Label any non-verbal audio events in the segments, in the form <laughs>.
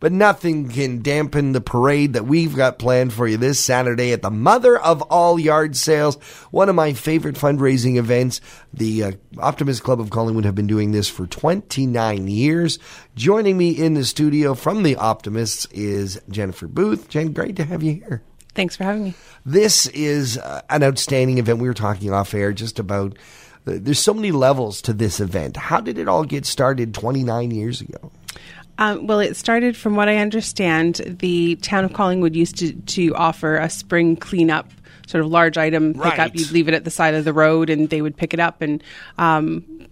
but nothing can dampen the parade that we've got planned for you this Saturday at the mother of all yard sales, one of my favorite fundraising events. The uh, Optimist Club of Collingwood have been doing this for 29 years. Joining me in the studio from the Optimists is Jennifer Booth. Jen, great to have you here. Thanks for having me. This is uh, an outstanding event. We were talking off air just about uh, there's so many levels to this event. How did it all get started 29 years ago? Um, well, it started from what I understand. The town of Collingwood used to, to offer a spring cleanup sort of large item pickup. Right. You'd leave it at the side of the road and they would pick it up. And um,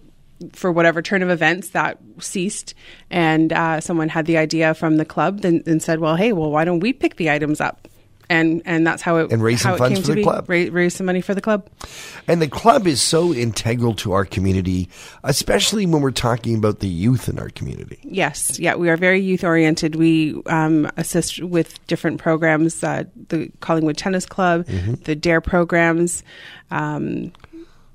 for whatever turn of events, that ceased. And uh, someone had the idea from the club and, and said, well, hey, well, why don't we pick the items up? And, and that's how it And raise some how it funds came for to the be. club. Ra- raise some money for the club. And the club is so integral to our community, especially when we're talking about the youth in our community. Yes, yeah, we are very youth oriented. We um, assist with different programs, uh, the Collingwood Tennis Club, the Dare programs, um,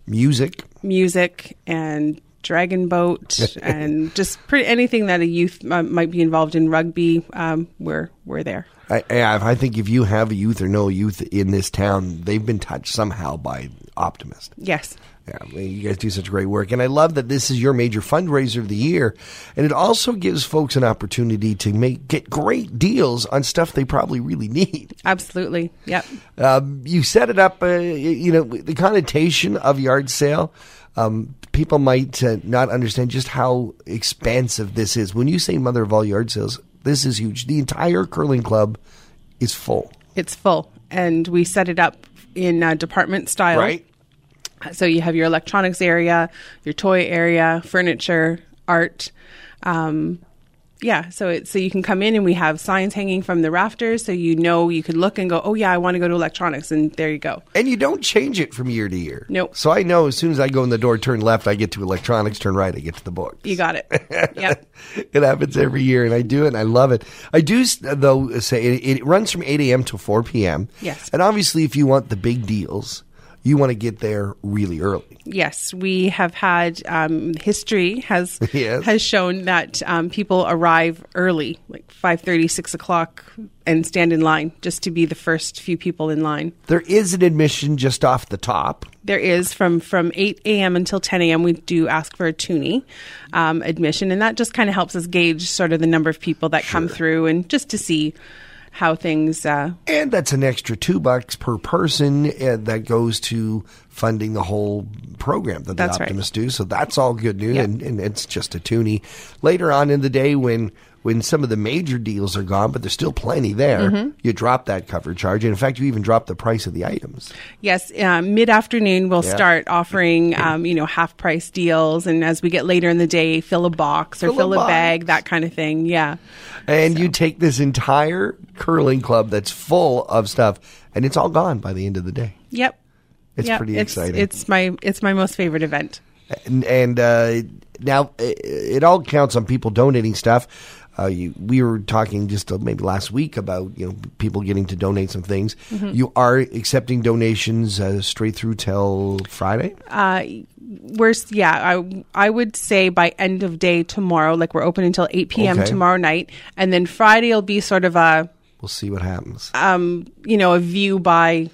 Music, music, and Dragon Boat, and just pretty anything that a youth uh, might be involved in. Rugby, um, we're we're there. I, I I think if you have a youth or no youth in this town, they've been touched somehow by Optimist. Yes, Yeah, well, you guys do such great work. And I love that this is your major fundraiser of the year. And it also gives folks an opportunity to make get great deals on stuff they probably really need. absolutely. Yep. Um, you set it up, uh, y- you know, the connotation of yard sale. Um, people might uh, not understand just how expansive this is. When you say mother of all yard sales, this is huge. The entire curling club is full, It's full, and we set it up in uh, department style. right? So you have your electronics area, your toy area, furniture, art. Um, yeah, so it, so you can come in and we have signs hanging from the rafters, so you know you can look and go, oh yeah, I want to go to electronics, and there you go. And you don't change it from year to year. Nope. So I know as soon as I go in the door, turn left, I get to electronics, turn right, I get to the books. You got it. yep. it happens every year, and I do it, and I love it. I do, s- though, say it, it runs from 8 a.m. to 4 p.m. Yes. And obviously, if you want the big deals, you want to get there really early. Yes, we have had um, history has Yes. has shown that um, people arrive early, like 5.30, 6 o'clock, and stand in line just to be the first few people in line. There is an admission just off the top. There is from from 8 a.m. until 10 a.m. We do ask for a toonie um, admission, and that just kind of helps us gauge sort of the number of people that come through, and just to see how things. Uh, And that's an extra two bucks per person uh, that goes to funding the whole program that That's the right. Optimists do. So that's all good news, Yeah. and, and it's just a toonie. Later on in the day, when when some of the major deals are gone, but there's still plenty there, Mm-hmm. you drop that cover charge. And in fact, you even drop the price of the items. yes, uh, mid afternoon we'll Yeah. start offering um, you know half price deals, and as we get later in the day, fill a box or Fill a fill, a, box. bag, that kind of thing. Yeah, And you take this entire curling club that's full of stuff, and it's all gone by the end of the day. yep. It's Yep. pretty exciting. It's my it's my most favorite event. and, and uh, now it, it all counts on people donating stuff. Uh, you, we were talking just uh, maybe last week about you know people getting to donate some things. Mm-hmm. You are accepting donations uh, straight through till Friday. Uh, we're s- yeah. I I would say by end of day tomorrow, like we're open until eight p.m. Okay. tomorrow night, and then Friday will be sort of a We'll see what happens. um you know a view by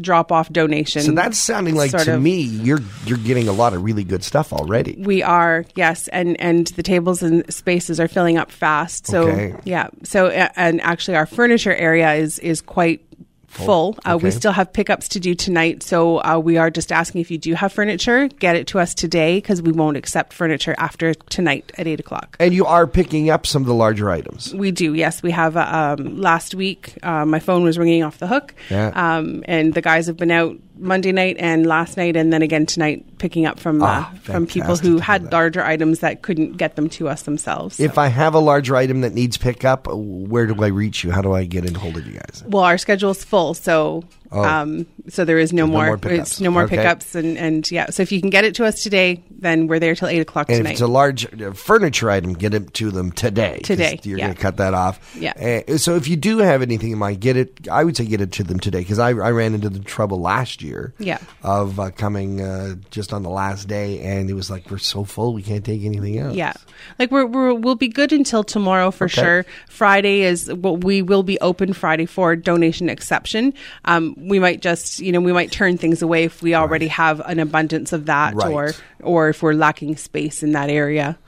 drop off donation. so that's sounding like sort to of- me you're you're getting a lot of really good stuff already. we are yes, and and the tables and spaces are filling up fast. So Okay. yeah. So a- and actually, our furniture area is is quite. Full. Uh, Okay. We still have pickups to do tonight, so uh, we are just asking if you do have furniture, get it to us today because we won't accept furniture after tonight at eight o'clock. And you are picking up some of the larger items. We do, yes. We have. uh, Um, last week, uh, my phone was ringing off the hook, Yeah. um, and the guys have been out Monday night and last night, and then again tonight, picking up from uh, Ah, from people fantastic to who hear had that. larger items that couldn't get them to us themselves. If I have a larger item that needs pickup, where do I reach you? How do I get in hold of you guys? well, our schedule's full, so Um, so there is no more, Oh. more pickups. it's no more Okay. pickups and, and yeah. So if you can get it to us today, then we're there till eight o'clock And if tonight. it's a large uh, furniture item, get it to them today. 'cause Today, you're yeah. going to cut that off. Yeah. Uh, so if you do have anything in mind, get it. I would say get it to them today because I, I ran into the trouble last year. Yeah. Of uh, coming uh, just on the last day, and it was like we're so full, we can't take anything else. yeah. Like we're, we're, we'll be good until tomorrow for Okay. sure. Friday is what we will be open Friday for donation exception. Um, we might just, you know, we might turn things away if we already have an abundance of that Right. or, or if we're lacking space in that area.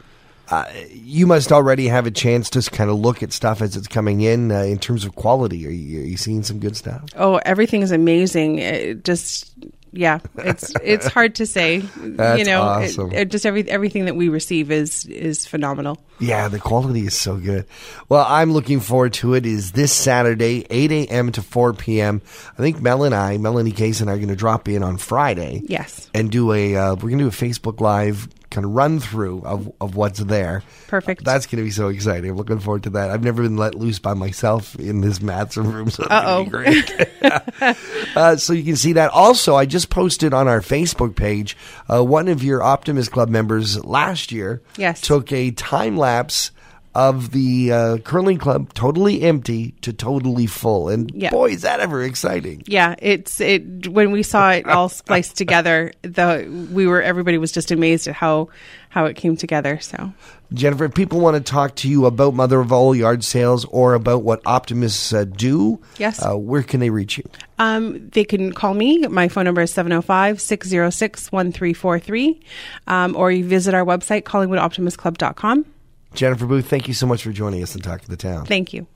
Eh, You must already have a chance to kind of look at stuff as it's coming in uh, in terms of quality. Are you, are you seeing some good stuff? Oh, everything is amazing. It just yeah, <laughs> it's it's hard to say. you That's know, it- awesome. it just every everything that we receive is is phenomenal. Yeah, the quality is so good. Well, I'm looking forward to it. Is this Saturday, 8 a.m. to 4 p.m. I think Mel and I, Melanie Case and I, are going to drop in on Friday. Yes. and do a uh, we're going to do a Facebook Live kind of run through of of what's there. Perfect. That's going to be so exciting. I'm looking forward to that. I've never been let loose by myself in this maths room, so that's gonna be great. <laughs> <laughs> Uh, so you can see that. Also, I just posted on our Facebook page uh, one of your Optimist Club members last year Yes. took a time lapse of the uh, curling club totally empty to totally full. And Yeah. boy, is that ever exciting! Yeah, it's it when we saw it all spliced together, the we were everybody was just amazed at how how it came together. So Jennifer, if people want to talk to you about Mother of All yard sales or about what optimists uh, do, Yes. uh, where can they reach you? Um, they can call me. My phone number is 705 606 1343. Um, Or you visit our website, collingwoodoptimistclub.com. Jennifer Booth, thank you so much for joining us and talking to the town. Thank you.